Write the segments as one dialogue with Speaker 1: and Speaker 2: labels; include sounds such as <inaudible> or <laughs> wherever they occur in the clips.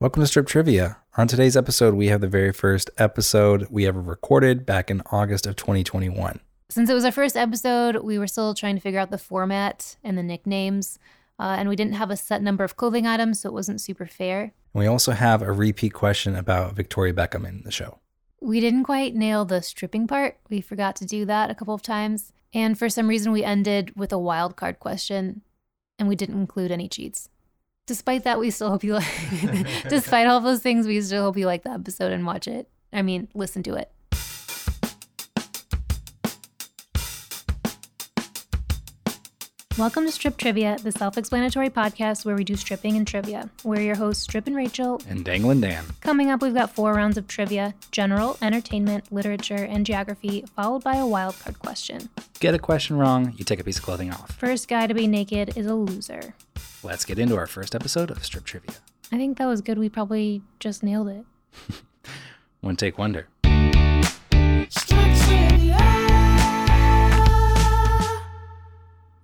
Speaker 1: Welcome to Strip Trivia. On today's episode, we have the very first episode we ever recorded back in August of 2021.
Speaker 2: Since it was our first episode, we were still trying to figure out the format and the nicknames, uh, and we didn't have a set number of clothing items, so it wasn't super fair.
Speaker 1: We also have a repeat question about Victoria Beckham in the show.
Speaker 2: We didn't quite nail the stripping part. We forgot to do that a couple of times. And for some reason, we ended with a wild card question, and we didn't include any cheats. Despite that, we still hope you like. <laughs> Despite all those things, we still hope you like the episode and watch it. I mean, listen to it. Welcome to Strip Trivia, the self explanatory podcast where we do stripping and trivia. We're your hosts, Strip and Rachel.
Speaker 1: And Danglin Dan.
Speaker 2: Coming up, we've got four rounds of trivia general, entertainment, literature, and geography, followed by a wildcard question.
Speaker 1: Get a question wrong, you take a piece of clothing off.
Speaker 2: First guy to be naked is a loser.
Speaker 1: Let's get into our first episode of Strip Trivia.
Speaker 2: I think that was good. We probably just nailed it.
Speaker 1: One take wonder.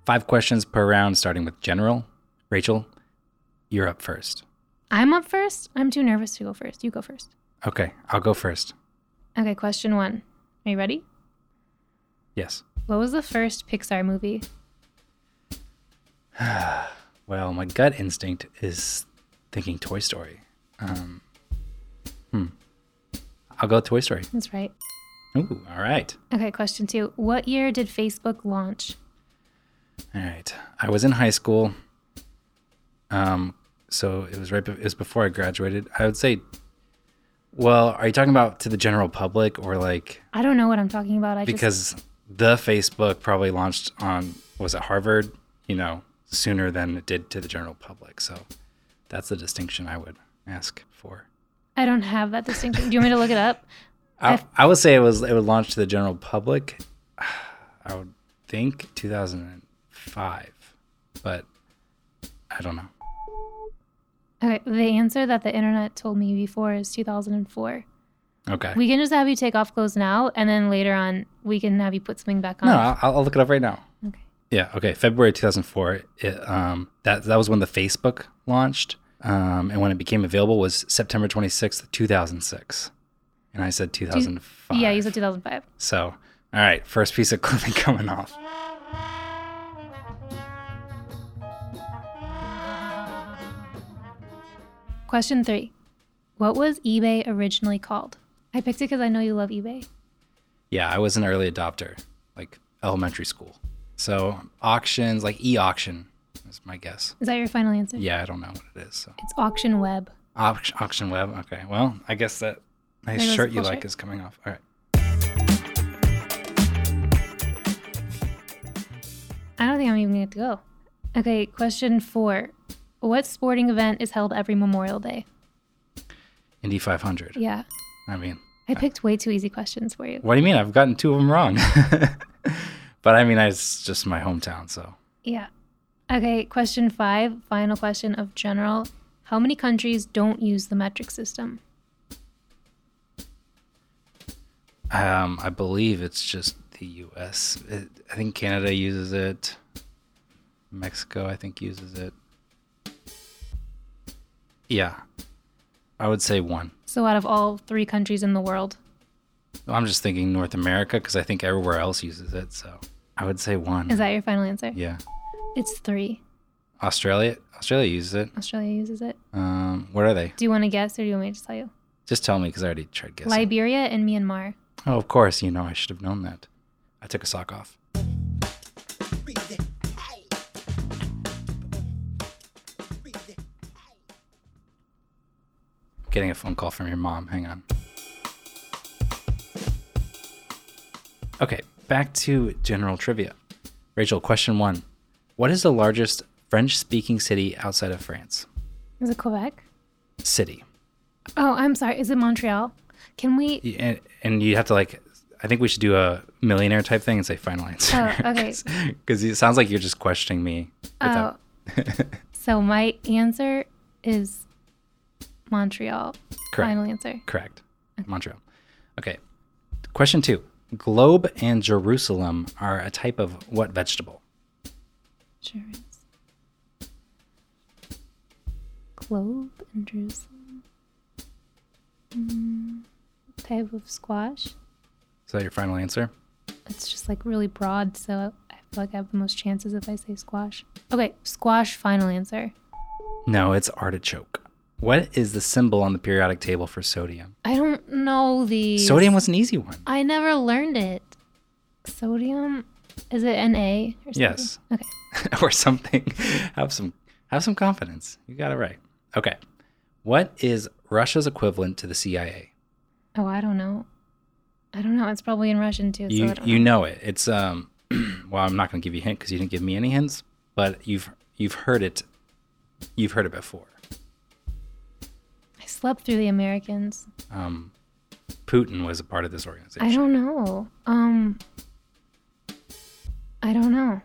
Speaker 1: Five questions per round, starting with general. Rachel, you're up first.
Speaker 2: I'm up first. I'm too nervous to go first. You go first.
Speaker 1: Okay, I'll go first.
Speaker 2: Okay, question one. Are you ready?
Speaker 1: Yes.
Speaker 2: What was the first Pixar movie?
Speaker 1: Well, my gut instinct is thinking Toy Story. Um, hmm. I'll go with Toy Story.
Speaker 2: That's right.
Speaker 1: Ooh, all right.
Speaker 2: Okay, question two. What year did Facebook launch?
Speaker 1: All right. I was in high school. Um, so it was right. Be- it was before I graduated. I would say. Well, are you talking about to the general public or like
Speaker 2: I don't know what I'm talking about. I just
Speaker 1: because the Facebook probably launched on was it Harvard? You know, sooner than it did to the general public. So that's the distinction I would ask for.
Speaker 2: I don't have that distinction. Do you want me to look it up?
Speaker 1: I,
Speaker 2: I've-
Speaker 1: I would say it was it would launch to the general public. <sighs> I would think 2005, but I don't know.
Speaker 2: Okay, the answer that the internet told me before is 2004.
Speaker 1: Okay.
Speaker 2: We can just have you take off clothes now, and then later on we can have you put something back on.
Speaker 1: no, I'll, I'll look it up right now.
Speaker 2: Okay.
Speaker 1: Yeah. Okay. February 2004. It, um, that that was when the Facebook launched, um, and when it became available was September 26th, 2006. And I said 2005.
Speaker 2: Yeah, you said 2005.
Speaker 1: So, all right, first piece of <laughs> clothing coming off.
Speaker 2: Question three. What was eBay originally called? I picked it because I know you love eBay.
Speaker 1: Yeah, I was an early adopter, like elementary school. So auctions, like e-auction, is my guess.
Speaker 2: Is that your final answer?
Speaker 1: Yeah, I don't know what it is. So
Speaker 2: It's auction web.
Speaker 1: Auction, auction web. Okay, well, I guess that nice
Speaker 2: There goes
Speaker 1: shirt
Speaker 2: the
Speaker 1: you
Speaker 2: full
Speaker 1: like
Speaker 2: shirt.
Speaker 1: is coming off. All right.
Speaker 2: I don't think I'm even going to go. Okay, question four. What sporting event is held every Memorial Day?
Speaker 1: Indy 500.
Speaker 2: Yeah.
Speaker 1: I mean,
Speaker 2: I picked way too easy questions for you.
Speaker 1: what do you mean? I've gotten two of them wrong. <laughs> but I mean, I, it's just my hometown, so
Speaker 2: Yeah. Okay, question five, final question of general. How many countries don't use the metric system?
Speaker 1: Um, I believe it's just the U.S. It, I think Canada uses it. Mexico, I think, uses it. Yeah, I would say one.
Speaker 2: So, out of all three countries in the world,
Speaker 1: I'm just thinking North America because I think everywhere else uses it. So I would say one.
Speaker 2: is that your final answer?
Speaker 1: yeah,
Speaker 2: It's three.
Speaker 1: Australia. Australia uses it.
Speaker 2: Australia uses it.
Speaker 1: Um, what are they?
Speaker 2: Do you want to guess or do you want me to just tell you?
Speaker 1: Just tell me because I already tried guessing.
Speaker 2: Liberia and Myanmar.
Speaker 1: oh, of course. You know, I should have known that. I took a sock off. Getting a phone call from your mom. Hang on. Okay, back to general trivia. Rachel, question one What is the largest French speaking city outside of France?
Speaker 2: Is it Quebec?
Speaker 1: City.
Speaker 2: Oh, I'm sorry. Is it Montreal? Can we?
Speaker 1: Y- And, and you have to like, I think we should do a millionaire type thing and say final answer. <laughs>
Speaker 2: Oh, okay.
Speaker 1: Because it sounds like you're just questioning me.
Speaker 2: Oh.
Speaker 1: without-
Speaker 2: uh,
Speaker 1: <laughs>
Speaker 2: so my answer is Montreal.
Speaker 1: Correct.
Speaker 2: Final answer.
Speaker 1: Correct. Montreal. Okay. Question two Globe and Jerusalem are a type of what vegetable?
Speaker 2: Sure. Globe and Jerusalem. Mm, type of squash.
Speaker 1: Is that your final answer?
Speaker 2: It's just like really broad, so I feel like I have the most chances if I say squash. Okay, squash, final answer.
Speaker 1: No, it's artichoke. What is the symbol on the periodic table for sodium?
Speaker 2: I don't know the.
Speaker 1: Sodium was an easy one. <laughs>
Speaker 2: I never learned it. Sodium? Is it Na? Or something?
Speaker 1: Yes.
Speaker 2: Okay.
Speaker 1: or something. have some have some confidence. You got it right. Okay. What is Russia's equivalent to the CIA?
Speaker 2: Oh, I don't know. I don't know. It's probably in Russian too. so
Speaker 1: You
Speaker 2: I don't
Speaker 1: you know it. It's um <clears throat> well, I'm not going to give you a hint cuz you didn't give me any hints, but you've you've heard it you've heard it before.
Speaker 2: I slept through the Americans.
Speaker 1: Um Putin was a part of this organization.
Speaker 2: I don't know. Um, I don't know.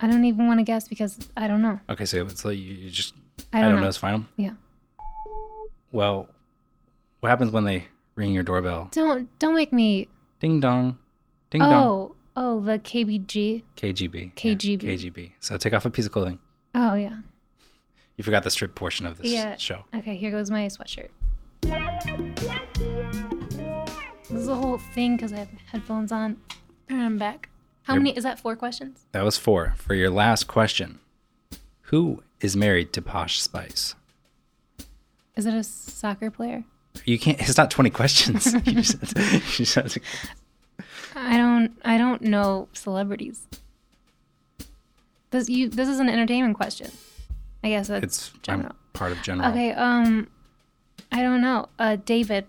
Speaker 2: I don't even want to guess because I don't know.
Speaker 1: Okay, so it's like you, you just
Speaker 2: I don't, know.
Speaker 1: It's final.
Speaker 2: Yeah.
Speaker 1: Well, what happens when they ring your doorbell?
Speaker 2: Don't don't make me.
Speaker 1: Ding dong, ding dong.
Speaker 2: oh oh the KBG.
Speaker 1: KGB. yeah,
Speaker 2: KGB.
Speaker 1: KGB. So take off a piece of clothing.
Speaker 2: Oh yeah.
Speaker 1: You forgot the strip portion of this
Speaker 2: Yeah.
Speaker 1: show.
Speaker 2: Okay, here goes my sweatshirt. This is a whole thing because I have headphones on. And I'm back. How
Speaker 1: You're-
Speaker 2: many? Is that four questions?
Speaker 1: That was four for your last question. Who is married to Posh Spice?
Speaker 2: Is it a soccer player?
Speaker 1: You can't. It's not twenty
Speaker 2: <laughs>
Speaker 1: questions. you just, you just have to-
Speaker 2: I don't. I don't know celebrities. This you. This is an entertainment question. I guess that's
Speaker 1: it's I'm
Speaker 2: general.
Speaker 1: part of general.
Speaker 2: <laughs> Okay. Um, I don't know. Uh, David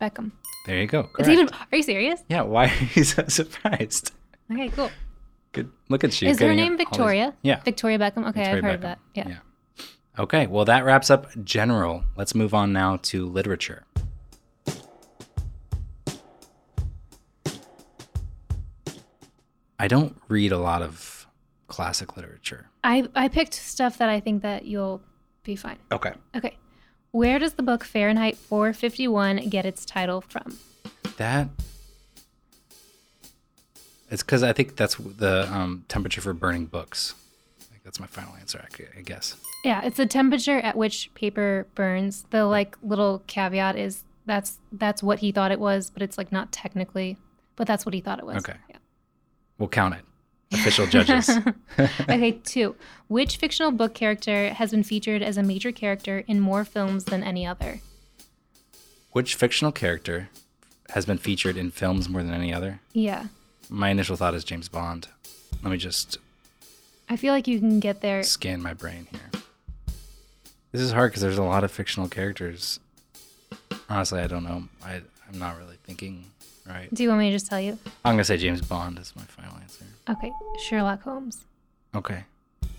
Speaker 2: Beckham.
Speaker 1: There you go.
Speaker 2: Is
Speaker 1: Correct.
Speaker 2: he even? Are you serious?
Speaker 1: yeah. Why are you so surprised?
Speaker 2: Okay. Cool.
Speaker 1: Good. Look at you.
Speaker 2: is her
Speaker 1: getting
Speaker 2: name
Speaker 1: all these-
Speaker 2: Victoria?
Speaker 1: yeah.
Speaker 2: Victoria Beckham. Okay, I've
Speaker 1: Victoria
Speaker 2: heard of
Speaker 1: Beckham.
Speaker 2: that. Yeah.
Speaker 1: Okay, well, that wraps up general. Let's move on now to literature. I don't read a lot of classic literature.
Speaker 2: I I picked stuff that I think that you'll be fine.
Speaker 1: Okay.
Speaker 2: Okay. Where does the book Fahrenheit 451 get its title from?
Speaker 1: That. It's because I think that's the um, temperature for burning books. I think that's my final answer, I gu- I guess.
Speaker 2: Yeah, it's the temperature at which paper burns. The like little caveat is that's that's what he thought it was, but it's like not technically, but that's what he thought it was.
Speaker 1: Okay.
Speaker 2: Yeah.
Speaker 1: We'll count it. Official
Speaker 2: <laughs>
Speaker 1: judges.
Speaker 2: okay, two. Which fictional book character has been featured as a major character in more films than any other?
Speaker 1: Which fictional character has been featured in films more than any other?
Speaker 2: Yeah.
Speaker 1: My initial thought is James Bond. Let me just
Speaker 2: I feel like you can get there.
Speaker 1: scan my brain here. This is hard because there's a lot of fictional characters. Honestly, I don't know. I, I'm not really thinking right.
Speaker 2: Do you want me to just tell you?
Speaker 1: I'm going to say James Bond is my final answer.
Speaker 2: Okay, Sherlock Holmes.
Speaker 1: Okay.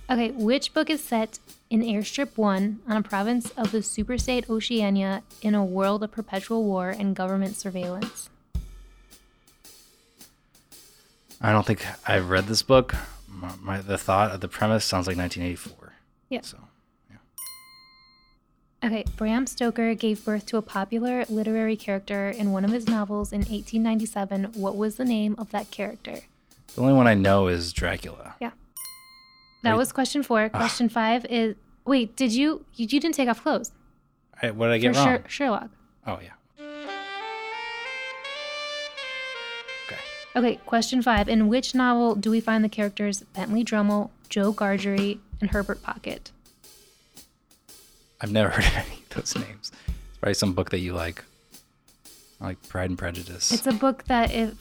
Speaker 2: Okay, which book is set in Airstrip 1 on a province of the superstate Oceania in a world of perpetual war and government surveillance?
Speaker 1: I don't think I've read this book. My, my, the thought of the premise sounds like 1984.
Speaker 2: Yeah.
Speaker 1: So,
Speaker 2: Okay, Bram Stoker gave birth to a popular literary character in one of his novels in 1897. What was the name of that character?
Speaker 1: the only one I know is Dracula.
Speaker 2: That
Speaker 1: Wait. Ah.
Speaker 2: was question 4. Question 5 is Wait, did you you, you didn't take off clothes?
Speaker 1: I, what did I get
Speaker 2: for
Speaker 1: wrong?
Speaker 2: Sher- Sherlock.
Speaker 1: Oh, yeah. Okay.
Speaker 2: Okay, question 5. In which novel do we find the characters Bentley Drummle, Joe Gargery, and Herbert Pocket?
Speaker 1: I've never <laughs> heard of any of those names. It's probably some book that you like. I like Pride and Prejudice.
Speaker 2: It's a book that if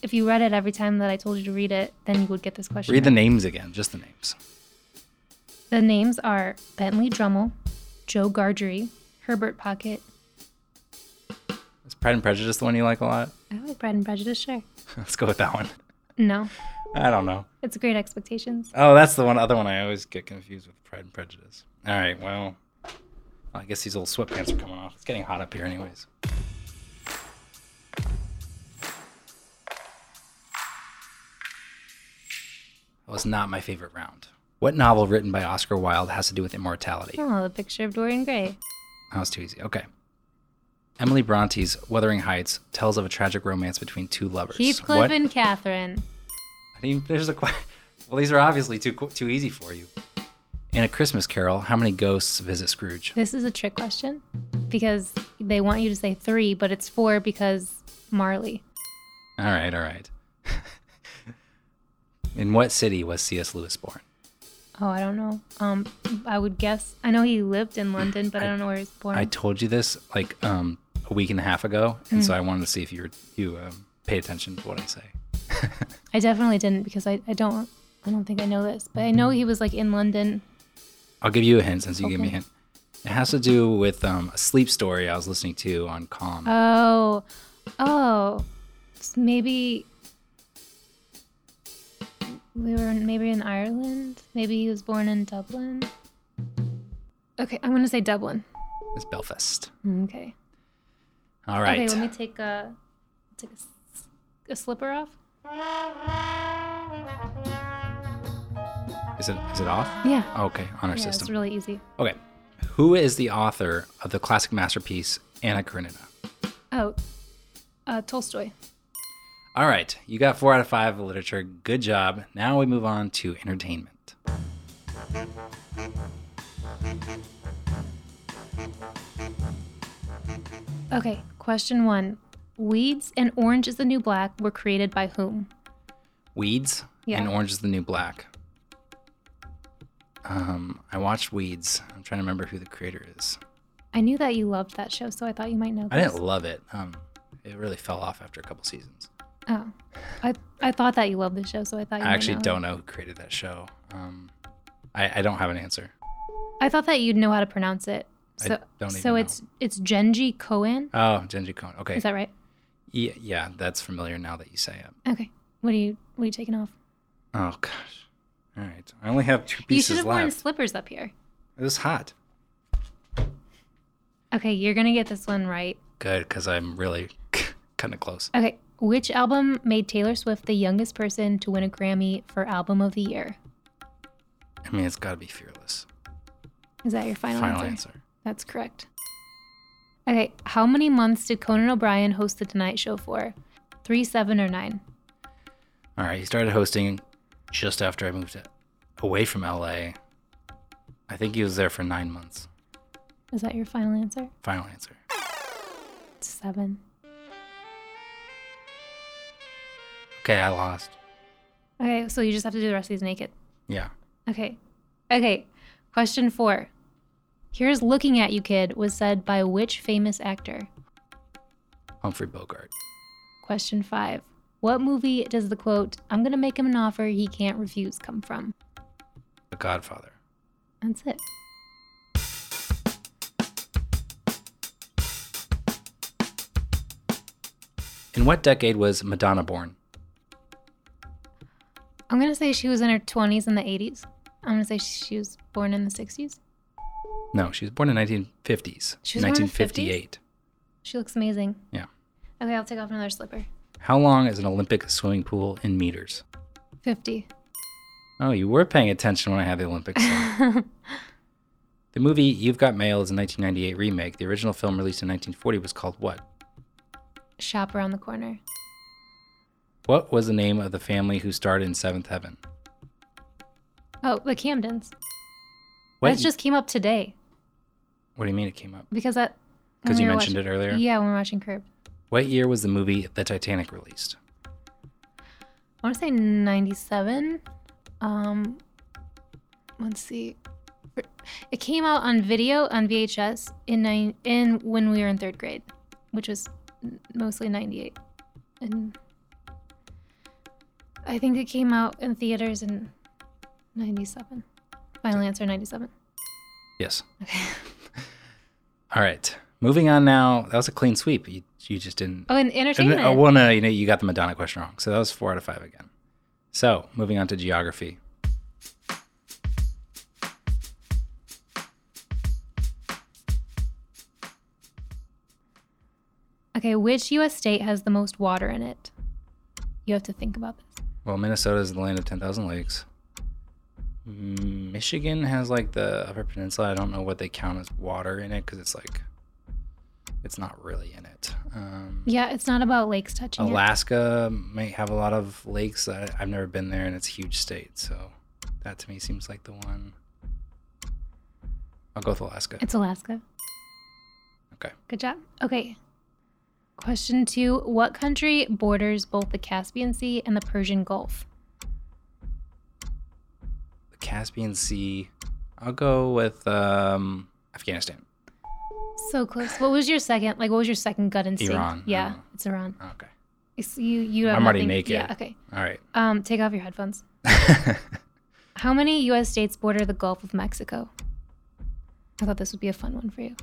Speaker 2: if you read it every time that I told you to read it, then you would get this question.
Speaker 1: Read the names again, just the names.
Speaker 2: The names are Bentley Drummel, Joe Gargery, Herbert Pocket.
Speaker 1: Is Pride and Prejudice the one you like a lot? <laughs>
Speaker 2: I like Pride and Prejudice, sure.
Speaker 1: Let's go with that one.
Speaker 2: No,
Speaker 1: I don't know.
Speaker 2: it's Great Expectations.
Speaker 1: Oh, that's the one other one I always get confused with Pride and Prejudice. All right, well, I guess these old sweatpants are coming off. It's getting hot up here, anyways. That was not my favorite round. What novel written by Oscar Wilde has to do with immortality?
Speaker 2: Oh, the picture of Dorian Gray.
Speaker 1: That was too easy. Okay. Emily Bronte's Wuthering Heights tells of a tragic romance between two lovers.
Speaker 2: Heathcliff
Speaker 1: What-
Speaker 2: and Catherine.
Speaker 1: I mean, there's a que- <laughs> Well, these are obviously too qu- too easy for you. In A Christmas Carol, how many ghosts visit Scrooge?
Speaker 2: This is a trick question. because they want you to say three, but it's four because Marley.
Speaker 1: All right, all right. <laughs> In what city was C.S. Lewis born?
Speaker 2: Oh, I don't know. Um, I would guess. I know he lived in London, but I, don't know where he was born.
Speaker 1: I told you this like um, a week and a half ago, and
Speaker 2: Mm.
Speaker 1: so I wanted to see if you were, you um, pay attention to what I say.
Speaker 2: I definitely didn't because I, I don't I don't think I know this, but I know he was like in London.
Speaker 1: I'll give you a hint since you gave me a hint. It has to do with um, a sleep story I was listening to on Calm.
Speaker 2: Oh, oh, s- maybe we were in- maybe in Ireland. Maybe he was born in Dublin. Okay, I'm gonna say Dublin.
Speaker 1: it's Belfast.
Speaker 2: Okay.
Speaker 1: All right.
Speaker 2: Okay, let me take a take a s- a, slipper off.
Speaker 1: is it is it off?
Speaker 2: Yeah.
Speaker 1: Okay, honor
Speaker 2: yeah, it's
Speaker 1: system.
Speaker 2: really easy.
Speaker 1: okay. Who is the author of the classic masterpiece Anna Karenina?
Speaker 2: Oh, uh, Tolstoy.
Speaker 1: All right, you got four out of five of literature. Good job. Now we move on to entertainment.
Speaker 2: Okay, question one. Weeds and Orange is the New Black were created by whom?
Speaker 1: Weeds
Speaker 2: Yeah.
Speaker 1: and Orange is the New Black. Um, I watched Weeds. I'm trying to remember who the creator is.
Speaker 2: I knew that you loved that show, so I thought you might know.
Speaker 1: I
Speaker 2: This.
Speaker 1: didn't love it. Um, it really fell off after a couple seasons.
Speaker 2: Oh, I I thought that you loved the show, so I thought you.
Speaker 1: I
Speaker 2: might
Speaker 1: actually
Speaker 2: know.
Speaker 1: don't know who created that show. Um, I, I don't have an answer.
Speaker 2: I thought that you'd know how to pronounce it.
Speaker 1: I
Speaker 2: So
Speaker 1: don't even
Speaker 2: so
Speaker 1: know.
Speaker 2: it's it's Genji Cohen.
Speaker 1: Oh, Genji Cohen. Okay.
Speaker 2: Is that right?
Speaker 1: yeah, yeah, that's familiar now that you say it.
Speaker 2: Okay. What are you What are you taking off?
Speaker 1: Oh gosh. All right. I only have two
Speaker 2: You should
Speaker 1: pieces
Speaker 2: have worn
Speaker 1: left.
Speaker 2: slippers up here.
Speaker 1: It was hot.
Speaker 2: Okay, you're gonna get this one right.
Speaker 1: Good, because I'm really <laughs> kind of close.
Speaker 2: Okay, which album made Taylor Swift the youngest person to win a Grammy for Album of the Year?
Speaker 1: I mean, it's got to be fearless.
Speaker 2: Is that your final,
Speaker 1: Final
Speaker 2: answer?
Speaker 1: answer.
Speaker 2: That's correct. Okay, how many months did Conan O'Brien host The Tonight Show for? Three, seven, or nine?
Speaker 1: All right. He started hosting just after I moved away from LA. I think he was there for nine months.
Speaker 2: Is that your final answer?
Speaker 1: Final answer.
Speaker 2: It's seven.
Speaker 1: Okay, I lost.
Speaker 2: Okay, so you just have to do the rest of these naked.
Speaker 1: Yeah.
Speaker 2: Okay. Okay, question four. Here's Looking at You Kid was said by which famous actor?
Speaker 1: Humphrey Bogart.
Speaker 2: Question five. What movie does the quote, I'm gonna make him an offer he can't refuse, come from?
Speaker 1: The Godfather.
Speaker 2: That's it.
Speaker 1: In what decade was Madonna born?
Speaker 2: I'm gonna say she was in her 20s and the 80s. I'm gonna say she was born in the 60s.
Speaker 1: No, she was born in 1950s.
Speaker 2: She was born in the
Speaker 1: 1958.
Speaker 2: She looks amazing.
Speaker 1: Yeah.
Speaker 2: Okay, I'll take off another slipper.
Speaker 1: How long is an Olympic swimming pool in meters?
Speaker 2: 50.
Speaker 1: Oh, you were paying attention when I had the Olympics.
Speaker 2: <laughs>
Speaker 1: on. the movie You've Got Mail is a 1998 remake. The original film released in 1940 was called what?
Speaker 2: Shop around the corner.
Speaker 1: What was the name of the family who starred in Seventh Heaven?
Speaker 2: Oh, the Camdens.
Speaker 1: What?
Speaker 2: That just came up today
Speaker 1: what do you mean it came up?
Speaker 2: because that. when
Speaker 1: Because
Speaker 2: we
Speaker 1: you
Speaker 2: were
Speaker 1: mentioned it earlier.
Speaker 2: watching- Yeah, when we we're watching Curb.
Speaker 1: What year was the movie The Titanic released?
Speaker 2: I want to say 97. Um, let's see. It came out on video on VHS in nine in when we were in third grade, which was mostly 98. And I think it came out in theaters in 97. Final answer 97.
Speaker 1: Yes. All right. Moving on now. That was a clean sweep. You, you just didn't.
Speaker 2: <laughs> Oh, and
Speaker 1: And,
Speaker 2: entertainment.
Speaker 1: uh, well, no, you know, you got the Madonna question wrong. So that was four out of five again. So moving on to geography.
Speaker 2: Okay, which U.S. state has the most water in it? You have to think about this.
Speaker 1: Well, Minnesota is the land of 10,000 lakes. Mm, Michigan has like the upper peninsula. I don't know what they count as water in it because it's like, it's not really in it. Um,
Speaker 2: Yeah, it's not about lakes touching it.
Speaker 1: Alaska might have a lot of lakes. I, I've never been there and it's a huge state. So that to me seems like the one. I'll go with Alaska.
Speaker 2: It's Alaska.
Speaker 1: Okay.
Speaker 2: Good job. Okay. Question two What country borders both the Caspian Sea and the Persian Gulf?
Speaker 1: The Caspian Sea. I'll go with um, Afghanistan.
Speaker 2: So close. What was your second? Like, what was your second gut instinct?
Speaker 1: Iran.
Speaker 2: Yeah,
Speaker 1: Oh.
Speaker 2: it's Iran.
Speaker 1: Okay.
Speaker 2: It's- you, you have
Speaker 1: I'm already
Speaker 2: nothing-
Speaker 1: naked.
Speaker 2: Yeah. Okay.
Speaker 1: All right. <laughs>
Speaker 2: Um, take off your headphones. How many U.S. states border the Gulf of Mexico? I thought this would be a fun one for you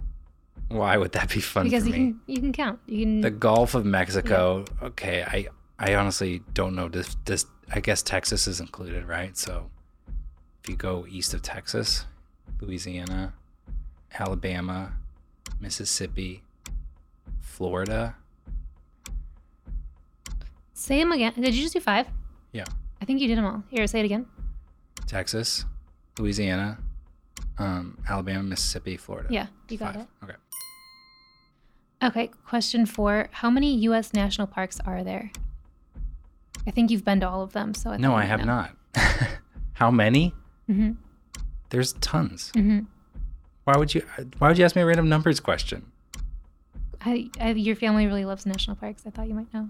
Speaker 1: Why would that be fun
Speaker 2: because
Speaker 1: for
Speaker 2: you
Speaker 1: me?
Speaker 2: can you can count. You can.
Speaker 1: The Gulf of Mexico. Okay, I I honestly don't know. This this I guess Texas is included, right? So if you go east of Texas, Louisiana, Alabama, Mississippi, Florida.
Speaker 2: say them again. Did you just do five?
Speaker 1: Yeah. Uh,
Speaker 2: I think you did them all. Here, say it again.
Speaker 1: Texas, Louisiana, um, Alabama, Mississippi, Florida.
Speaker 2: Yeah, you got
Speaker 1: Five.
Speaker 2: it.
Speaker 1: Okay.
Speaker 2: Okay, question four. How many U.S. national parks are there? I think you've been to all of them, so I
Speaker 1: No, I have not. <laughs> How many?
Speaker 2: hmm
Speaker 1: There's tons.
Speaker 2: hmm
Speaker 1: Why would you? Why would you ask me a random numbers question?
Speaker 2: I, I, your family really loves national parks. I thought you might know.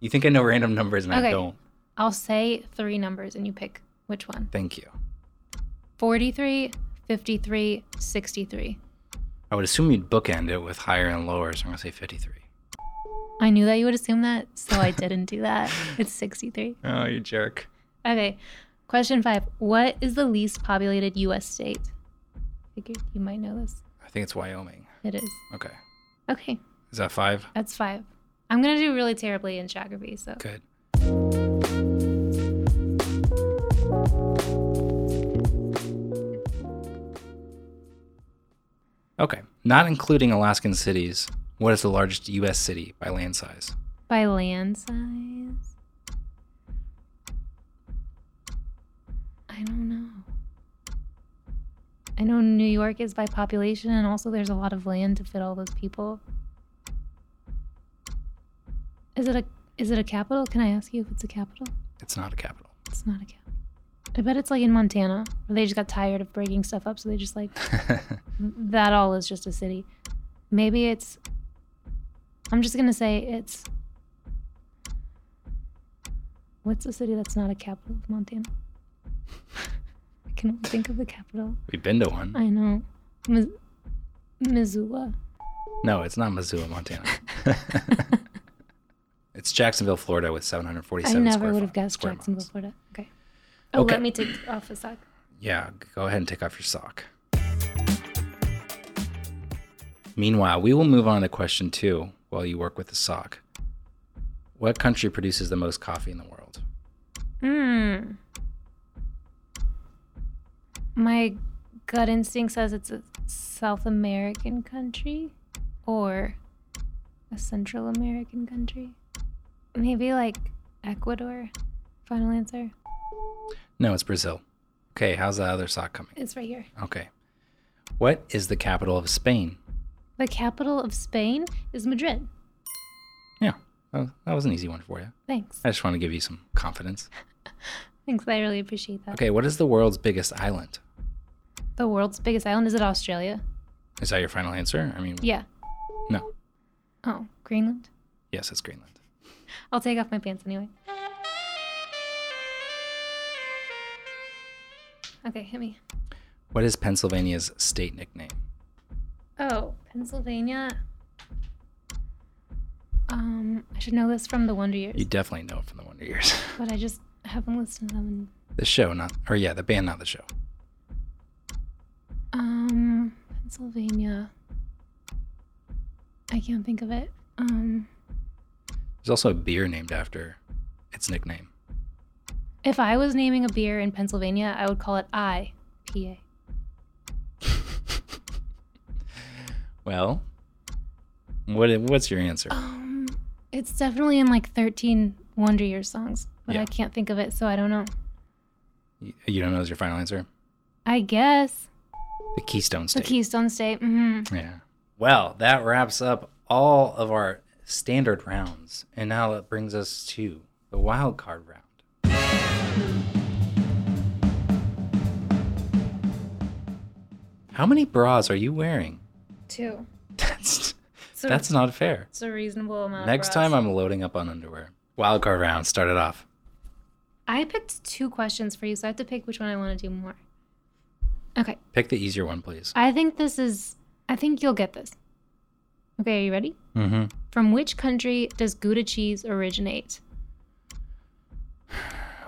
Speaker 1: You think I know random numbers and I
Speaker 2: Okay.
Speaker 1: don't.
Speaker 2: I'll say three numbers and you pick which one
Speaker 1: Thank you.
Speaker 2: 43, 53, 63.
Speaker 1: I would assume you'd bookend it with higher and lower, so I'm gonna say 53.
Speaker 2: I knew that you would assume that, so I didn't
Speaker 1: <laughs>
Speaker 2: do that. It's 63.
Speaker 1: Oh, you jerk.
Speaker 2: Okay, question five. What is the least populated U.S. state? I figured you might know this.
Speaker 1: I think it's Wyoming.
Speaker 2: It is.
Speaker 1: Okay.
Speaker 2: Okay,
Speaker 1: Is that five?
Speaker 2: that's five. I'm going to do really terribly in geography, so.
Speaker 1: Good. Okay. Not including Alaskan cities, what is the largest U.S. city by land size?
Speaker 2: By land size? I don't know. I know New York is by population, and also there's a lot of land to fit all those people. Is it a is it a capital? Can I ask you if it's a capital?
Speaker 1: It's not a capital. <laughs>
Speaker 2: It's not a capital. I bet it's like in Montana, where they just got tired of breaking stuff up, so they just like that all is just a city. Maybe it's. I'm just gonna say it's. What's a city that's not a capital of Montana? <laughs> I can only think of the capital.
Speaker 1: We've been to one.
Speaker 2: I know, Miss Missoula.
Speaker 1: No, it's not Missoula,
Speaker 2: <laughs>
Speaker 1: Montana. it's Jacksonville, Florida, with 747
Speaker 2: I never
Speaker 1: square
Speaker 2: would
Speaker 1: fi-
Speaker 2: have guessed
Speaker 1: square
Speaker 2: Jacksonville,
Speaker 1: miles.
Speaker 2: Florida. Okay. Oh,
Speaker 1: Okay.
Speaker 2: let me take off a sock.
Speaker 1: Yeah, go ahead and take off your sock. Meanwhile, we will move on to question two while you work with the sock. What country produces the most coffee in the world?
Speaker 2: Hmm. My gut instinct says it's a South American country or a Central American country. Maybe like Ecuador. Final answer.
Speaker 1: No, it's Brazil. Okay, how's that other sock coming?
Speaker 2: It's right here.
Speaker 1: Okay. What is the capital of Spain?
Speaker 2: The capital of Spain is Madrid.
Speaker 1: Yeah, oh, that was an easy one for you.
Speaker 2: Thanks.
Speaker 1: I just want to give you some confidence.
Speaker 2: Thanks. I really appreciate that.
Speaker 1: Okay, what is the world's biggest island?
Speaker 2: The world's biggest island is it Australia?
Speaker 1: Is that your final answer? I mean,
Speaker 2: Yeah.
Speaker 1: no.
Speaker 2: Oh, Greenland.
Speaker 1: Yes, it's Greenland.
Speaker 2: I'll take off my pants anyway. Okay, hit me.
Speaker 1: What is Pennsylvania's state nickname?
Speaker 2: Oh, Pennsylvania. Um, I should know this from the Wonder Years,
Speaker 1: You definitely know it from the Wonder Years. <laughs>
Speaker 2: but I just haven't listened to them.
Speaker 1: The show, not or yeah, the band, not the show.
Speaker 2: In, um, Pennsylvania. I can't think of it. Um,
Speaker 1: There's also a beer named after its nickname.
Speaker 2: if I was naming a beer in Pennsylvania, I would call it IPA.
Speaker 1: Well, what i- what's your answer?
Speaker 2: Um, it's definitely in like 13 Wonder Years songs, but
Speaker 1: Yeah.
Speaker 2: I can't think of it, so I don't know.
Speaker 1: You, you don't know is your final answer?
Speaker 2: I guess
Speaker 1: The Keystone
Speaker 2: the
Speaker 1: State.
Speaker 2: Keystone State. hmm
Speaker 1: yeah. Well, that wraps up all of our standard rounds, and now that brings us to the wild card round. How many bras are you wearing? <laughs>
Speaker 2: too.
Speaker 1: That's
Speaker 2: So
Speaker 1: that's not fair.
Speaker 2: it's a reasonable amount.
Speaker 1: Next
Speaker 2: for
Speaker 1: time
Speaker 2: us.
Speaker 1: I'm loading up on underwear. Wildcard round started off.
Speaker 2: I picked two questions for you, so I have to pick which one I want to do more. Okay,
Speaker 1: Pick the easier one, please.
Speaker 2: I think this is. I think you'll get this. Okay, are you ready?
Speaker 1: Mm-hmm.
Speaker 2: From which country does Gouda cheese originate?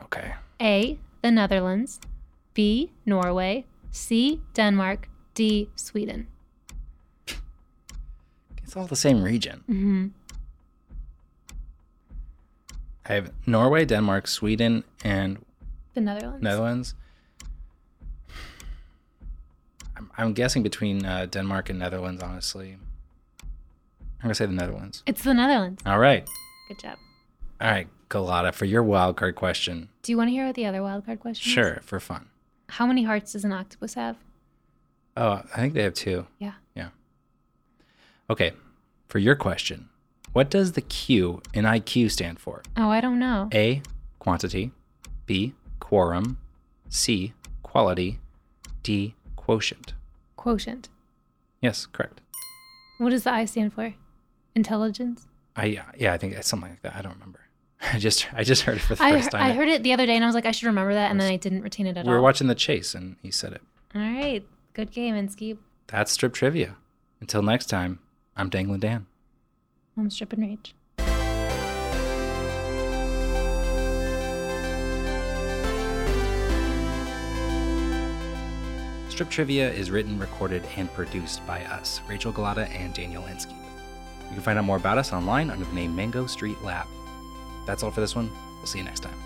Speaker 1: Okay.
Speaker 2: A. The Netherlands. B. Norway. C. Denmark. D. Sweden.
Speaker 1: It's all the same region.
Speaker 2: Mm-hmm.
Speaker 1: I have Norway, Denmark, Sweden, and
Speaker 2: The Netherlands.
Speaker 1: Netherlands. I'm, I'm guessing between uh, Denmark and Netherlands, honestly. I'm gonna say the Netherlands.
Speaker 2: It's the Netherlands.
Speaker 1: All right,
Speaker 2: Good job.
Speaker 1: all right, Galata, for your wildcard question.
Speaker 2: Do you want to hear what the other wildcard question is?
Speaker 1: Sure, for fun.
Speaker 2: How many hearts does an octopus have?
Speaker 1: Oh, I think they have two.
Speaker 2: Yeah.
Speaker 1: Yeah. Okay, for your question, what does the Q in IQ stand for?
Speaker 2: Oh, I don't know.
Speaker 1: A. Quantity. B. Quorum. C. Quality. D. Quotient.
Speaker 2: Quotient.
Speaker 1: Yes, correct.
Speaker 2: What does the I stand for? Intelligence.
Speaker 1: I yeah, I think it's something like that. I don't remember. <laughs> I just I just heard it for the
Speaker 2: I,
Speaker 1: first time.
Speaker 2: I heard it the other day and I was like, I should remember that, and then I didn't retain it at
Speaker 1: we were
Speaker 2: all.
Speaker 1: watching The Chase, and he said it.
Speaker 2: all right. Good game, Inskeep.
Speaker 1: That's strip trivia. Until next time, I'm Danglin Dan.
Speaker 2: I'm stripping rage.
Speaker 1: Strip Trivia is written, recorded, and produced by us, Rachel Galata and Daniel Inskeep. You can find out more about us online under the name Mango Street Lab. That's all for this one. We'll see you next time.